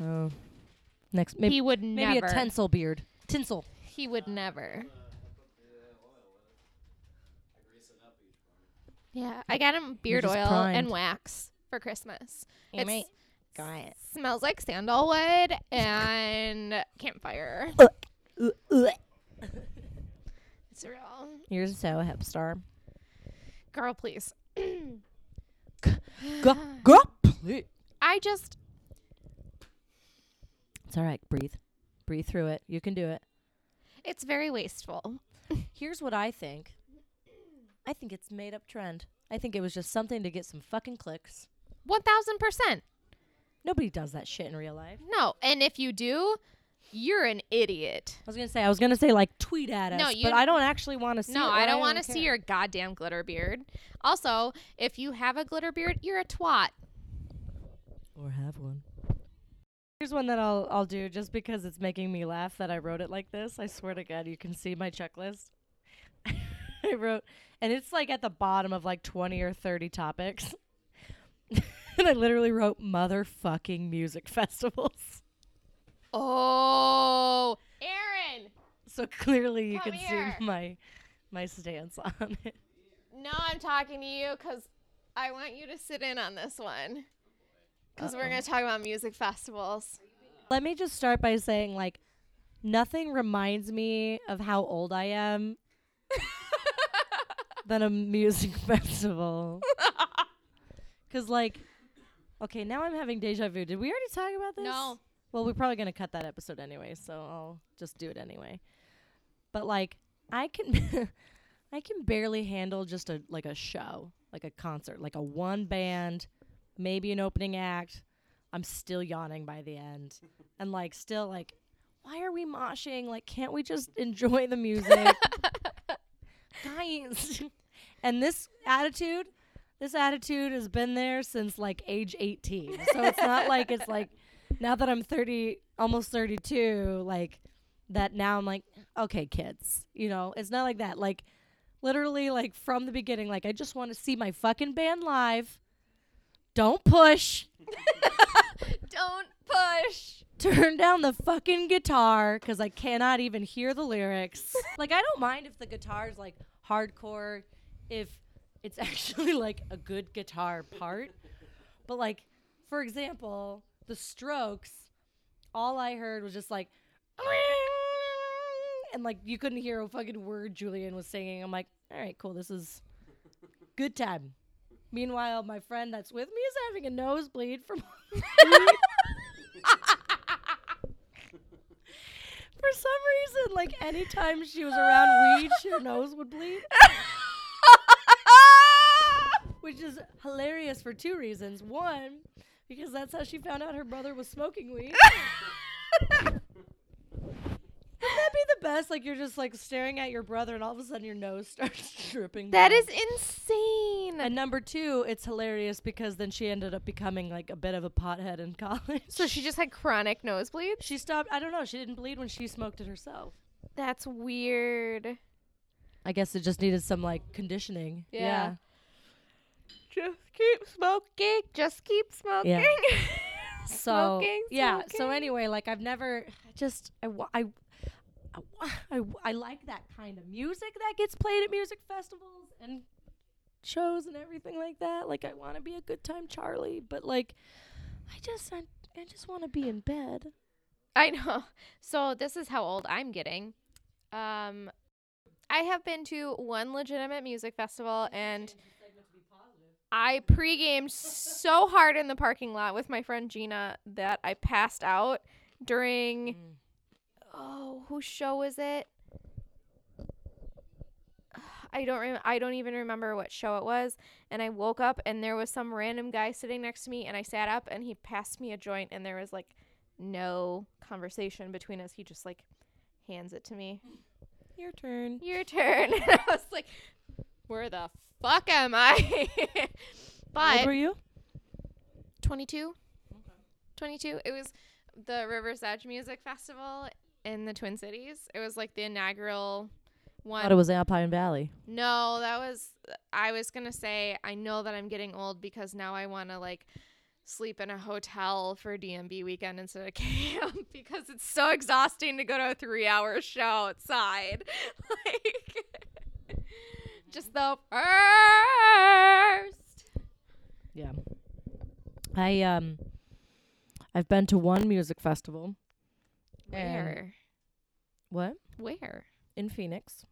[SPEAKER 3] Oh. Next, maybe
[SPEAKER 1] he would
[SPEAKER 3] maybe
[SPEAKER 1] never
[SPEAKER 3] a tinsel beard. Tinsel.
[SPEAKER 1] he would never. Yeah, I got him beard
[SPEAKER 3] just
[SPEAKER 1] oil
[SPEAKER 3] primed.
[SPEAKER 1] and wax for Christmas. It's-
[SPEAKER 3] Got it.
[SPEAKER 1] smells like sandalwood and campfire. It's real.
[SPEAKER 3] You're so hep star.
[SPEAKER 1] Girl, please.
[SPEAKER 3] Go, go, please.
[SPEAKER 1] I just
[SPEAKER 3] It's all right. Breathe. Breathe through it. You can do it.
[SPEAKER 1] it's very wasteful.
[SPEAKER 3] Here's what I think. I think it's made up trend. I think it was just something to get some fucking clicks.
[SPEAKER 1] One thousand percent.
[SPEAKER 3] Nobody does that shit in real life.
[SPEAKER 1] No. And if you do, you're an idiot.
[SPEAKER 3] I was gonna say I was gonna say like tweet at us,
[SPEAKER 1] No, you-
[SPEAKER 3] but I don't actually want to see.
[SPEAKER 1] no,
[SPEAKER 3] it, or
[SPEAKER 1] I don't want to
[SPEAKER 3] care.
[SPEAKER 1] see your goddamn glitter beard. Also, if you have a glitter beard, you're a twat.
[SPEAKER 3] or have one. Here's one that I'll I'll do just because it's making me laugh that I wrote it like this. I swear to God, you can see my checklist. I wrote, and it's like at the bottom of like 20 or 30 topics. and I literally wrote motherfucking music festivals.
[SPEAKER 1] Oh, Aaron.
[SPEAKER 3] So clearly you
[SPEAKER 1] Come
[SPEAKER 3] can
[SPEAKER 1] here.
[SPEAKER 3] see my my stance on it.
[SPEAKER 1] No, I'm talking to you because I want you to sit in on this one. Because we're going to talk about music festivals.
[SPEAKER 3] Let me just start by saying like nothing reminds me of how old I am than a music festival. Cuz like okay, now I'm having deja vu. Did we already talk about this?
[SPEAKER 1] No.
[SPEAKER 3] Well, we're probably going to cut that episode anyway, so I'll just do it anyway. But like I can I can barely handle just a like a show, like a concert, like a one band, maybe an opening act. I'm still yawning by the end. And like still like why are we moshing? Like can't we just enjoy the music? Guys. and this attitude, this attitude has been there since like age 18. So it's not like it's like now that I'm 30, almost 32, like that now I'm like, okay, kids, you know, it's not like that. Like literally like from the beginning, like I just want to see my fucking band live. Don't push.
[SPEAKER 1] Don't push.
[SPEAKER 3] Turn down the fucking guitar because I cannot even hear the lyrics. like, I don't mind if the guitar is like hardcore, if it's actually like a good guitar part. But, like, for example, the strokes, all I heard was just like, and like, you couldn't hear a fucking word Julian was singing. I'm like, all right, cool. This is good time. Meanwhile, my friend that's with me is having a nosebleed from For some reason, like anytime she was around weed, her nose would bleed, which is hilarious for two reasons. One, because that's how she found out her brother was smoking weed. Wouldn't that be the best? Like you're just like staring at your brother, and all of a sudden your nose starts dripping.
[SPEAKER 1] That
[SPEAKER 3] down.
[SPEAKER 1] is insane.
[SPEAKER 3] And number two, it's hilarious because then she ended up becoming like a bit of a pothead in college.
[SPEAKER 1] so she just had chronic nosebleeds?
[SPEAKER 3] she stopped. I don't know. She didn't bleed when she smoked it herself.
[SPEAKER 1] That's weird.
[SPEAKER 3] I guess it just needed some like conditioning.
[SPEAKER 1] Yeah. Just keep smoking. Just keep smoking.
[SPEAKER 3] So
[SPEAKER 1] Smoking,
[SPEAKER 3] yeah. So
[SPEAKER 1] smoking.
[SPEAKER 3] anyway, like I've never I just I wa- I. I wa- I, w- I like that kind of music that gets played at music festivals and shows and everything like that. Like I want to be a good time Charlie, but like I just I, I just want to be in bed.
[SPEAKER 1] I know. So this is how old I'm getting. Um, I have been to one legitimate music festival, and I pre-gamed so hard in the parking lot with my friend Gina that I passed out during. Oh, whose show was it? I don't rem- I don't even remember what show it was. And I woke up and there was some random guy sitting next to me and I sat up and he passed me a joint and there was like no conversation between us. He just like hands it to me.
[SPEAKER 3] Your turn.
[SPEAKER 1] Your turn. And I was like, where the fuck am I?
[SPEAKER 3] How old
[SPEAKER 1] but
[SPEAKER 3] were you?
[SPEAKER 1] 22. 22. It was the River's Edge Music Festival in the Twin Cities. It was like the inaugural one.
[SPEAKER 3] thought it was Alpine Valley.
[SPEAKER 1] No, that was I was going to say I know that I'm getting old because now I want to like sleep in a hotel for DMB weekend instead of camp because it's so exhausting to go to a 3-hour show outside. like just the first.
[SPEAKER 3] Yeah. I um I've been to one music festival. and-
[SPEAKER 1] Where?
[SPEAKER 3] What?
[SPEAKER 1] Where?
[SPEAKER 3] In Phoenix.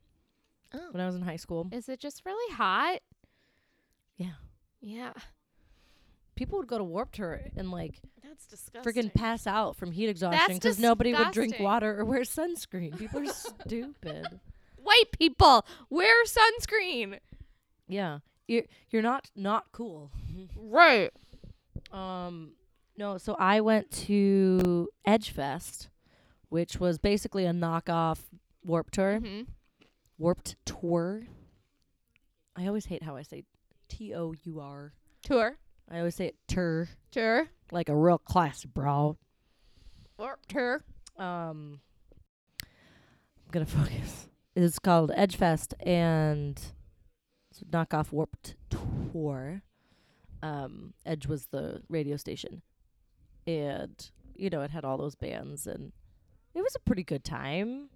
[SPEAKER 1] Oh.
[SPEAKER 3] When I was in high school.
[SPEAKER 1] Is it just really hot?
[SPEAKER 3] Yeah.
[SPEAKER 1] Yeah.
[SPEAKER 3] People would go to Warped Tour and like
[SPEAKER 1] That's disgusting.
[SPEAKER 3] freaking pass out from heat exhaustion because nobody would drink
[SPEAKER 1] disgusting.
[SPEAKER 3] water or wear sunscreen. People are stupid.
[SPEAKER 1] White people, wear sunscreen.
[SPEAKER 3] Yeah. You're you're not not cool.
[SPEAKER 1] Right.
[SPEAKER 3] Um, no, so I went to Edgefest, which was basically a knockoff Warped Tour.
[SPEAKER 1] hmm
[SPEAKER 3] Warped Tour. I always hate how I say T O U R.
[SPEAKER 1] Tour.
[SPEAKER 3] I always say it tur
[SPEAKER 1] Tour.
[SPEAKER 3] like a real class bro.
[SPEAKER 1] Tour.
[SPEAKER 3] Um, I'm gonna focus. It's called Edgefest and it's a knockoff Warped Tour. Um, Edge was the radio station, and you know it had all those bands, and it was a pretty good time.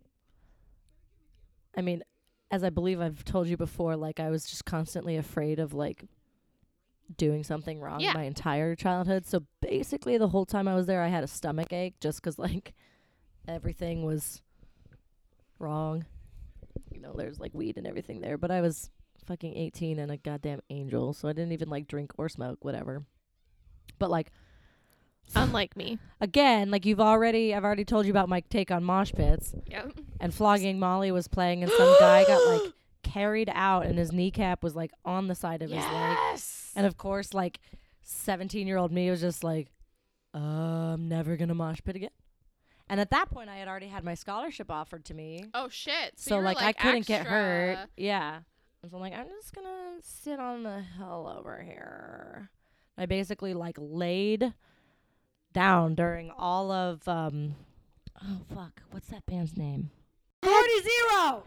[SPEAKER 3] I mean, as I believe I've told you before, like I was just constantly afraid of like doing something wrong
[SPEAKER 1] Yeah.
[SPEAKER 3] my entire childhood. So basically, the whole time I was there, I had a stomach ache just 'cause like everything was wrong. You know, there's like weed and everything there, but I was fucking 18 and a goddamn angel, so I didn't even like drink or smoke, whatever. But like
[SPEAKER 1] Unlike me.
[SPEAKER 3] again, like you've already, I've already told you about my take on mosh pits
[SPEAKER 1] Yep.
[SPEAKER 3] and flogging Molly was playing, and some guy got like carried out, and his kneecap was like on the side of his leg. And of course, like 17 year old me was just like, uh, I'm never going to mosh pit again. And at that point, I had already had my scholarship offered to me.
[SPEAKER 1] Oh shit. So,
[SPEAKER 3] So,
[SPEAKER 1] you were,
[SPEAKER 3] like, I couldn't get hurt.
[SPEAKER 1] extra-
[SPEAKER 3] Yeah. And so I'm like, I'm just going to sit on the hill over here. I basically like laid down during all of, um, oh fuck, what's that band's name? 40 Zero!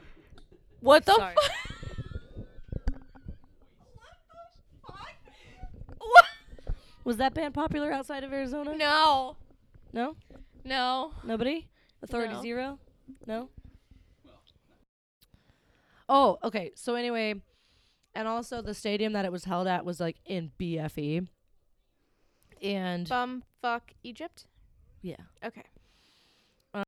[SPEAKER 1] What the
[SPEAKER 3] Sorry.
[SPEAKER 1] What?
[SPEAKER 3] Was that band popular outside of Arizona?
[SPEAKER 1] No.
[SPEAKER 3] No?
[SPEAKER 1] No.
[SPEAKER 3] Nobody? Authority
[SPEAKER 1] No.
[SPEAKER 3] Zero? No? Oh, okay. So anyway, and also the stadium that it was held at was like in BFE. And
[SPEAKER 1] Bum fuck Egypt.
[SPEAKER 3] yeah.
[SPEAKER 1] Okay.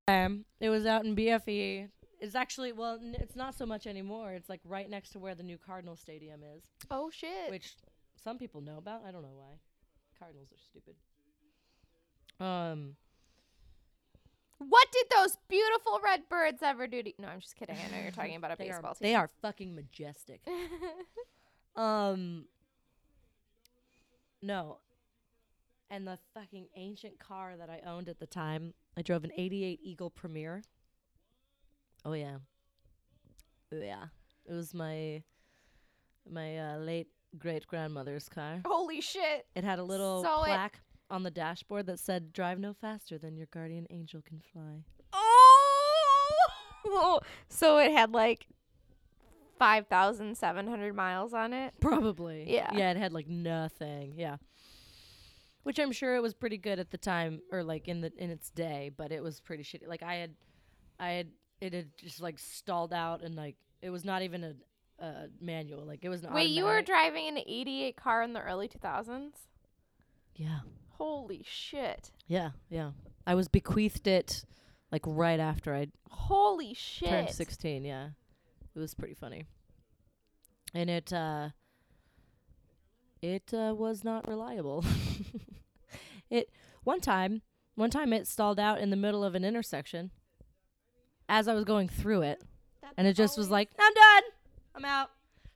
[SPEAKER 3] Um, it was out in BFE. It's actually well, n- it's not so much anymore. It's like right next to where the new Cardinal Stadium is,
[SPEAKER 1] Oh shit.
[SPEAKER 3] which some people know about. I don't know why. Cardinals are stupid. Um,
[SPEAKER 1] What did those beautiful red birds ever do to you? No, I'm just kidding. I know you're talking about a
[SPEAKER 3] they are,
[SPEAKER 1] baseball
[SPEAKER 3] they
[SPEAKER 1] team.
[SPEAKER 3] are fucking majestic. Um. No. And the fucking ancient car that I owned at the time, I drove an '88 Eagle Premier. Oh yeah. Oh, Yeah. It was my my uh, late great grandmother's car.
[SPEAKER 1] Holy shit.
[SPEAKER 3] It had a little
[SPEAKER 1] So it-
[SPEAKER 3] plaque on the dashboard that said drive no faster than your guardian angel can fly.
[SPEAKER 1] Oh! So it had like 5,700 miles on it.
[SPEAKER 3] Probably.
[SPEAKER 1] Yeah.
[SPEAKER 3] Yeah, it had like nothing. Yeah. Which I'm sure it was pretty good at the time or like in the in its day, but it was pretty shitty. Like I had I had it had just like stalled out and like it was not even a, a manual. Like it was an
[SPEAKER 1] Wait, you were
[SPEAKER 3] automatic-
[SPEAKER 1] driving an 88 car in the early 2000s?
[SPEAKER 3] Yeah.
[SPEAKER 1] Holy shit.
[SPEAKER 3] Yeah, yeah. I was bequeathed it like right after I
[SPEAKER 1] Holy
[SPEAKER 3] turned
[SPEAKER 1] shit.
[SPEAKER 3] 16, yeah. It was pretty funny. And it uh it uh, was not reliable. it one time, one time it stalled out in the middle of an intersection as I was going through it and it just was like, "I'm done. I'm out."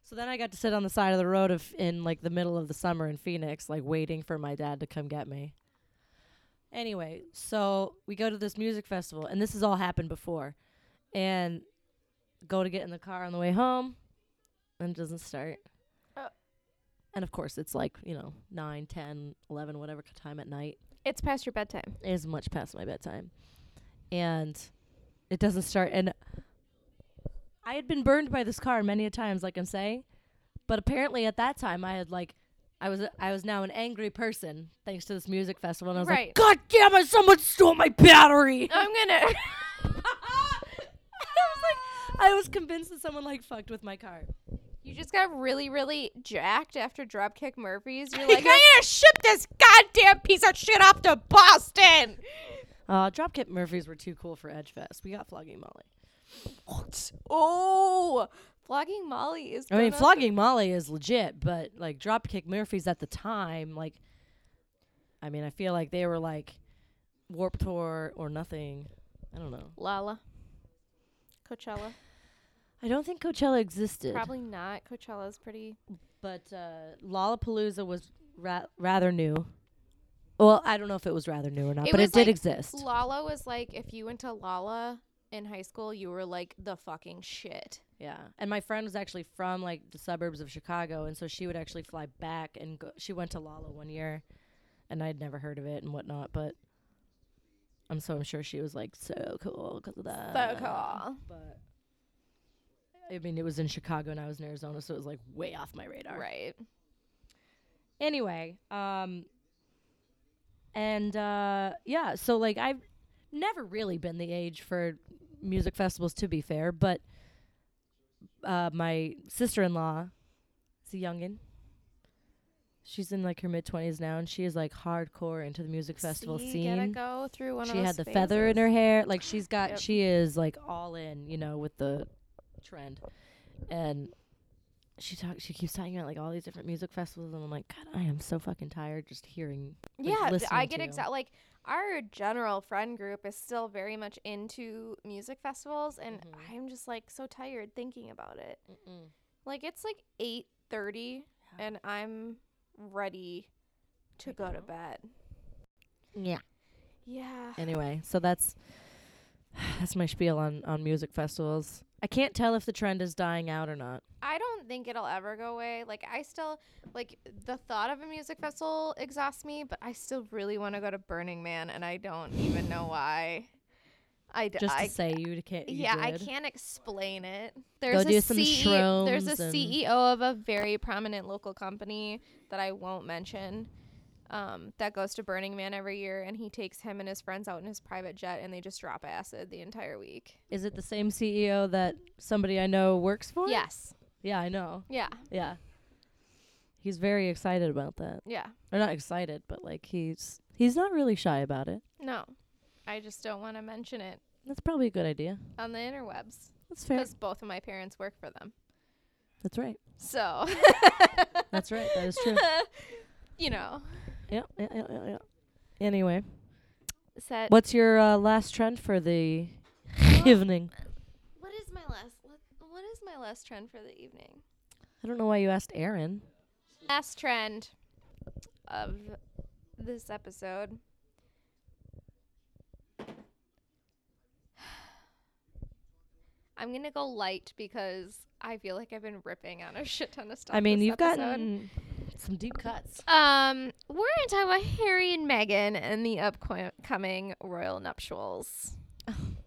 [SPEAKER 3] So then I got to sit on the side of the road of in like the middle of the summer in Phoenix, like waiting for my dad to come get me. Anyway, so we go to this music festival, and this has all happened before, and go to get in the car on the way home, and it doesn't start.
[SPEAKER 1] Oh.
[SPEAKER 3] And of course, it's like you know nine, ten, eleven, whatever k- time at night
[SPEAKER 1] It's past your bedtime.
[SPEAKER 3] it is much past my bedtime. And it doesn't start and I had been burned by this car many a times, like I'm saying. But apparently at that time I had like I was I was now an angry person thanks to this music festival and I was
[SPEAKER 1] Right.
[SPEAKER 3] like, God damn it, someone stole my battery.
[SPEAKER 1] I'm gonna.
[SPEAKER 3] I was like I was convinced that someone like fucked with my car.
[SPEAKER 1] You just got really, really jacked after Dropkick Murphys. You're like, I'm gonna ship this goddamn piece of shit off to Boston.
[SPEAKER 3] Uh Dropkick Murphys were too cool for Edgefest. We got flogging Molly.
[SPEAKER 1] Oh, flogging Molly is.
[SPEAKER 3] I mean,
[SPEAKER 1] gonna-
[SPEAKER 3] flogging Molly is legit, but like Dropkick Murphys at the time, like, I mean, I feel like they were like Warp Tour or nothing. I don't know.
[SPEAKER 1] Lala. Coachella.
[SPEAKER 3] I don't think Coachella existed,
[SPEAKER 1] Probably not. Coachella's pretty.
[SPEAKER 3] but uh, Lollapalooza was ra- rather new. Well, I don't know if it was rather new or not,
[SPEAKER 1] It
[SPEAKER 3] but
[SPEAKER 1] was,
[SPEAKER 3] it did
[SPEAKER 1] like,
[SPEAKER 3] exist.
[SPEAKER 1] Lala was like, if you went to Lala in high school, you were like the fucking shit.
[SPEAKER 3] yeah, and my friend was actually from like the suburbs of Chicago, and so she would actually fly back and go. She went to Lala one year, and I'd never heard of it and whatnot, but. I'm so I'm sure she was like so cool because of that.
[SPEAKER 1] So cool.
[SPEAKER 3] but I mean, it was in Chicago and I was in Arizona, so it was like way off my radar.
[SPEAKER 1] Right.
[SPEAKER 3] Anyway, um, and uh, yeah, so like I've never really been the age for music festivals, to be fair, but uh, my sister-in-law is a youngin. She's in like her mid twenties now, and she is like hardcore into the music festival
[SPEAKER 1] See,
[SPEAKER 3] scene
[SPEAKER 1] Gotta go through one of
[SPEAKER 3] she had
[SPEAKER 1] those
[SPEAKER 3] the feather in
[SPEAKER 1] phases.
[SPEAKER 3] her hair like she's got
[SPEAKER 1] Yep.
[SPEAKER 3] she is like all in you know with the trend and she talks she keeps talking about like all these different music festivals and i'm like god i am so fucking tired just hearing like,
[SPEAKER 1] yeah th- i
[SPEAKER 3] listening
[SPEAKER 1] get
[SPEAKER 3] to.
[SPEAKER 1] exact like our general friend group is still very much into music festivals and i'm just like so tired thinking about it like it's like 8.30
[SPEAKER 3] Yeah.
[SPEAKER 1] and i'm ready to
[SPEAKER 3] Right
[SPEAKER 1] go to
[SPEAKER 3] now?
[SPEAKER 1] bed
[SPEAKER 3] yeah
[SPEAKER 1] yeah
[SPEAKER 3] anyway so that's that's my spiel on on music festivals i can't tell if the trend is dying out or not
[SPEAKER 1] i don't think it'll ever go away like i still like the thought of a music festival exhausts me but i still really want to go to burning man and i don't even know why I d-
[SPEAKER 3] just
[SPEAKER 1] I
[SPEAKER 3] to say you can't you
[SPEAKER 1] yeah, I
[SPEAKER 3] did.
[SPEAKER 1] can't explain it. There's
[SPEAKER 3] do
[SPEAKER 1] a
[SPEAKER 3] some
[SPEAKER 1] CEO, there's a
[SPEAKER 3] shrooms and-
[SPEAKER 1] CEO of a very prominent local company that I won't mention. Um, that goes to Burning Man every year, and he takes him and his friends out in his private jet, and they just drop acid the entire week.
[SPEAKER 3] is it the same ceo that somebody i know works for
[SPEAKER 1] Yes,
[SPEAKER 3] yeah i know
[SPEAKER 1] yeah,
[SPEAKER 3] Yeah. He's very excited about that.
[SPEAKER 1] yeah.
[SPEAKER 3] Or not excited, but like he's he's not really shy about it.
[SPEAKER 1] No, I just don't want to mention it
[SPEAKER 3] That's probably a good idea.
[SPEAKER 1] on the interwebs
[SPEAKER 3] That's fair.
[SPEAKER 1] because both of my parents work for them.
[SPEAKER 3] That's right.
[SPEAKER 1] So,
[SPEAKER 3] That's right. That is true.
[SPEAKER 1] you know,
[SPEAKER 3] yeah, yeah, yeah, yeah, yeah. Anyway,
[SPEAKER 1] set.
[SPEAKER 3] what's your uh, last trend for the evening?
[SPEAKER 1] What is my last? What, what is my last trend for the evening?
[SPEAKER 3] I don't know why you asked Aaron.
[SPEAKER 1] last trend of this episode. I'm gonna go light because I feel like I've been ripping on a shit ton of stuff.
[SPEAKER 3] I mean,
[SPEAKER 1] this
[SPEAKER 3] you've
[SPEAKER 1] episode.
[SPEAKER 3] gotten some deep cuts.
[SPEAKER 1] Um, we're gonna talk about Harry and Meghan and the upcoming royal nuptials.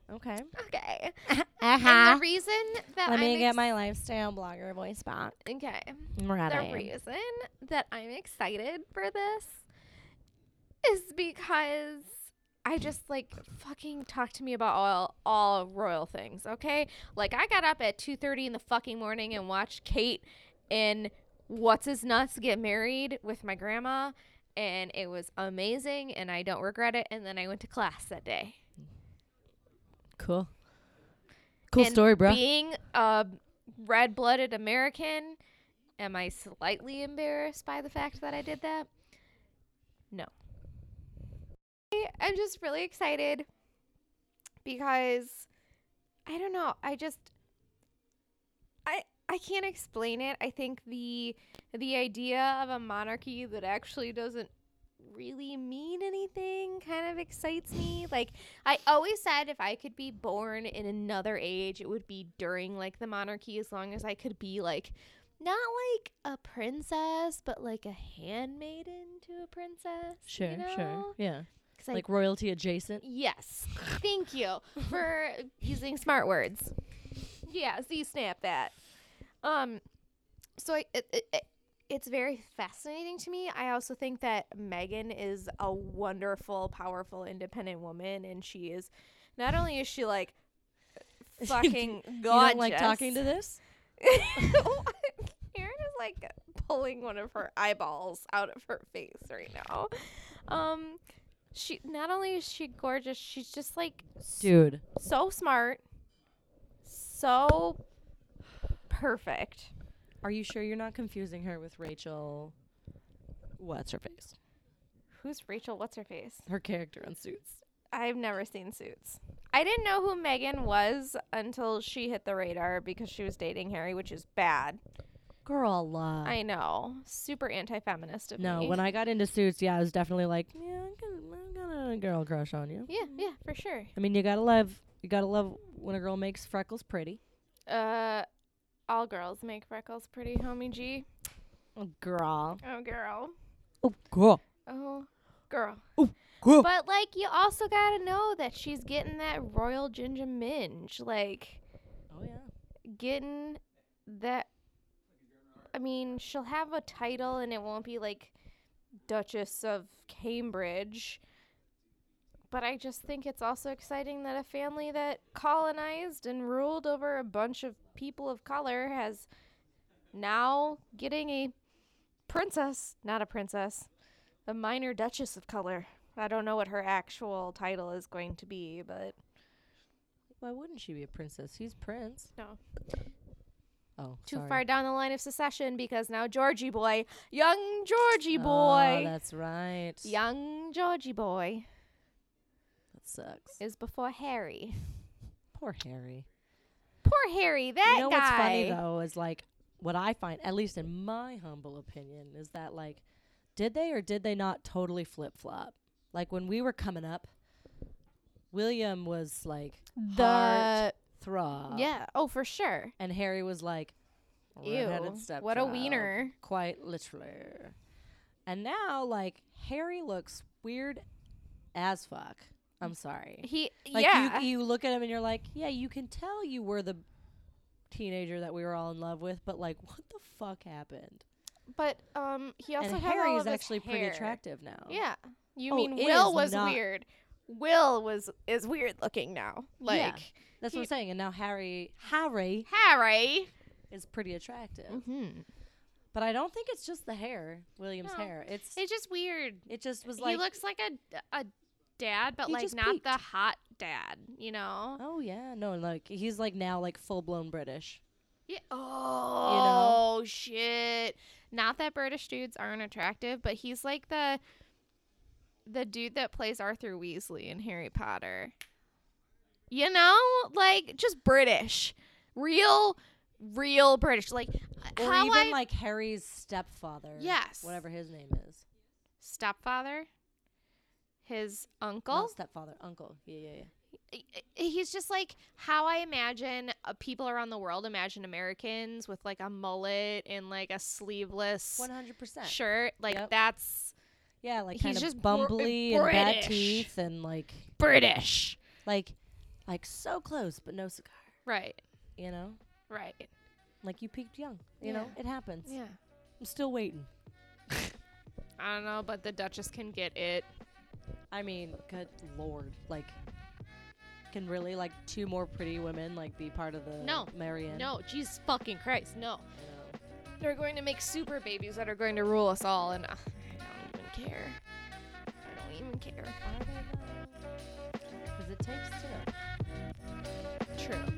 [SPEAKER 3] Okay.
[SPEAKER 1] Okay.
[SPEAKER 3] Uh
[SPEAKER 1] And the reason that
[SPEAKER 3] Let
[SPEAKER 1] I'm
[SPEAKER 3] me
[SPEAKER 1] ex-
[SPEAKER 3] get my lifestyle blogger voice back.
[SPEAKER 1] okay.
[SPEAKER 3] Right.
[SPEAKER 1] The reason that I'm excited for this is because I just like fucking talk to me about all all royal things, okay? Like I got up at 2:30 in the fucking morning and watched Kate and what's his nuts get married with my grandma and it was amazing and I don't regret it and then I went to class that day.
[SPEAKER 3] Cool. Cool
[SPEAKER 1] And
[SPEAKER 3] story, bro.
[SPEAKER 1] Being a red blooded American, am I slightly embarrassed by the fact that I did that? No. I- I'm just really excited because I don't know. I just I I can't explain it. I think the the idea of a monarchy that actually doesn't really mean anything kind of excites me. Like I always said if I could be born in another age, it would be during like the monarchy as long as I could be like not like a princess, but like a handmaiden to a princess.
[SPEAKER 3] sure,
[SPEAKER 1] you
[SPEAKER 3] sure.
[SPEAKER 1] know?
[SPEAKER 3] Yeah.
[SPEAKER 1] 'Cause I
[SPEAKER 3] Like royalty adjacent.
[SPEAKER 1] Yes. Thank you for using smart words. Yeah, Z snap that. Um so I, it, it, it, it's very fascinating to me. I also think that Megan is a wonderful, powerful, independent woman and she is not only is she like
[SPEAKER 3] You
[SPEAKER 1] fucking gorgeous.
[SPEAKER 3] You don't like talking to this?
[SPEAKER 1] Karen is like pulling one of her eyeballs out of her face right now. Um, she not only is she gorgeous, she's just like s-
[SPEAKER 3] Dude.
[SPEAKER 1] so smart, so perfect.
[SPEAKER 3] Are you sure you're not confusing her with Rachel? What's her face?
[SPEAKER 1] Who's Rachel? What's her face?
[SPEAKER 3] Her character on Suits.
[SPEAKER 1] I've never seen Suits. I didn't know who Megan was until she hit the radar because she was dating Harry, which is bad.
[SPEAKER 3] Girl, uh,
[SPEAKER 1] I know, super anti-feminist of
[SPEAKER 3] no.
[SPEAKER 1] me.
[SPEAKER 3] When I got into Suits, yeah, I was definitely like, yeah, I got, I got a girl crush on you.
[SPEAKER 1] yeah, yeah, for sure.
[SPEAKER 3] I mean, you gotta love, you gotta love when a girl makes freckles pretty.
[SPEAKER 1] Uh, all girls make freckles pretty, homie G.
[SPEAKER 3] Oh, girl.
[SPEAKER 1] Oh, girl.
[SPEAKER 3] Oh, girl.
[SPEAKER 1] Oh, girl.
[SPEAKER 3] Girl.
[SPEAKER 1] But like, you also gotta know that she's getting that royal ginger minge, like
[SPEAKER 3] Oh yeah.
[SPEAKER 1] getting that. I mean, she'll have a title, and it won't be like Duchess of Cambridge. But I just think it's also exciting that a family that colonized and ruled over a bunch of people of color has now getting a princess, not a princess, a minor duchess of color. I don't know what her actual title is going to be, but
[SPEAKER 3] Why wouldn't she be a princess? He's prince.
[SPEAKER 1] No.
[SPEAKER 3] Oh,
[SPEAKER 1] too
[SPEAKER 3] sorry.
[SPEAKER 1] far down the line of secession because now Georgie boy, young Georgie
[SPEAKER 3] Oh,
[SPEAKER 1] boy,
[SPEAKER 3] that's right.
[SPEAKER 1] young Georgie boy
[SPEAKER 3] That sucks.
[SPEAKER 1] is before Harry.
[SPEAKER 3] Poor Harry.
[SPEAKER 1] Poor Harry, that
[SPEAKER 3] you know
[SPEAKER 1] guy.
[SPEAKER 3] what's funny though is like what I find, at least in my humble opinion, is that like, did they or did they not totally flip flop? Like when we were coming up, William was like
[SPEAKER 1] The
[SPEAKER 3] heartthrob,
[SPEAKER 1] yeah, oh for sure.
[SPEAKER 3] and Harry was like,
[SPEAKER 1] Ew,
[SPEAKER 3] redheaded
[SPEAKER 1] what a
[SPEAKER 3] stepchild,
[SPEAKER 1] wiener.
[SPEAKER 3] quite literally. And now like Harry looks weird as fuck. I'm sorry.
[SPEAKER 1] He
[SPEAKER 3] Like
[SPEAKER 1] yeah.
[SPEAKER 3] you, you look at him and you're like, yeah, you can tell you were the teenager that we were all in love with, but like, what the fuck happened?
[SPEAKER 1] but um, he also
[SPEAKER 3] and
[SPEAKER 1] had
[SPEAKER 3] Harry
[SPEAKER 1] all
[SPEAKER 3] is
[SPEAKER 1] of his
[SPEAKER 3] actually pretty
[SPEAKER 1] hair.
[SPEAKER 3] attractive now.
[SPEAKER 1] Yeah. You
[SPEAKER 3] Oh,
[SPEAKER 1] mean
[SPEAKER 3] it
[SPEAKER 1] Will
[SPEAKER 3] is
[SPEAKER 1] was
[SPEAKER 3] not-
[SPEAKER 1] weird. Will was is weird looking now.
[SPEAKER 3] Yeah.
[SPEAKER 1] Like
[SPEAKER 3] that's what
[SPEAKER 1] he-
[SPEAKER 3] I'm saying. And now Harry, Harry
[SPEAKER 1] Harry.
[SPEAKER 3] is pretty attractive,
[SPEAKER 1] Mm-hmm.
[SPEAKER 3] but I don't think it's just the hair, William's
[SPEAKER 1] No.
[SPEAKER 3] hair. It's
[SPEAKER 1] It's just weird.
[SPEAKER 3] it just was like,
[SPEAKER 1] he looks like a a dad, but
[SPEAKER 3] He
[SPEAKER 1] like
[SPEAKER 3] just
[SPEAKER 1] not the
[SPEAKER 3] peaked.
[SPEAKER 1] hot dad. You know.
[SPEAKER 3] oh yeah, no, like he's like now like full blown British.
[SPEAKER 1] Yeah. Oh shit! Not that British dudes aren't attractive, but he's like the the dude that plays Arthur Weasley in Harry Potter. You know, like just British, real, real British. Like
[SPEAKER 3] Or
[SPEAKER 1] how
[SPEAKER 3] even
[SPEAKER 1] I
[SPEAKER 3] like Harry's stepfather.
[SPEAKER 1] Yes.
[SPEAKER 3] whatever his name is.
[SPEAKER 1] stepfather. his
[SPEAKER 3] Not
[SPEAKER 1] uncle.
[SPEAKER 3] stepfather, uncle. Yeah, yeah, yeah.
[SPEAKER 1] I- I- He's just like how I imagine uh, people around the world imagine Americans with like a mullet and like a sleeveless
[SPEAKER 3] One hundred percent.
[SPEAKER 1] shirt. Like
[SPEAKER 3] Yep.
[SPEAKER 1] that's
[SPEAKER 3] Yeah, like
[SPEAKER 1] He's
[SPEAKER 3] kind
[SPEAKER 1] just
[SPEAKER 3] of
[SPEAKER 1] Br-
[SPEAKER 3] bumbly and bad
[SPEAKER 1] British.
[SPEAKER 3] teeth and like
[SPEAKER 1] British.
[SPEAKER 3] like like so close but no cigar.
[SPEAKER 1] Right.
[SPEAKER 3] You know,
[SPEAKER 1] Right.
[SPEAKER 3] like you peaked young. You know,
[SPEAKER 1] Yeah.
[SPEAKER 3] it happens.
[SPEAKER 1] Yeah.
[SPEAKER 3] I'm still waiting.
[SPEAKER 1] I don't know, but the Duchess can get it.
[SPEAKER 3] I mean, good lord, like. Can really like two more pretty women like be part of the
[SPEAKER 1] No.
[SPEAKER 3] Marianne?
[SPEAKER 1] No, Jesus fucking Christ, no.
[SPEAKER 3] You know?
[SPEAKER 1] They're going to make super babies that are going to rule us all, and uh, I don't even care. I don't even care.
[SPEAKER 3] Because it takes two.
[SPEAKER 1] True.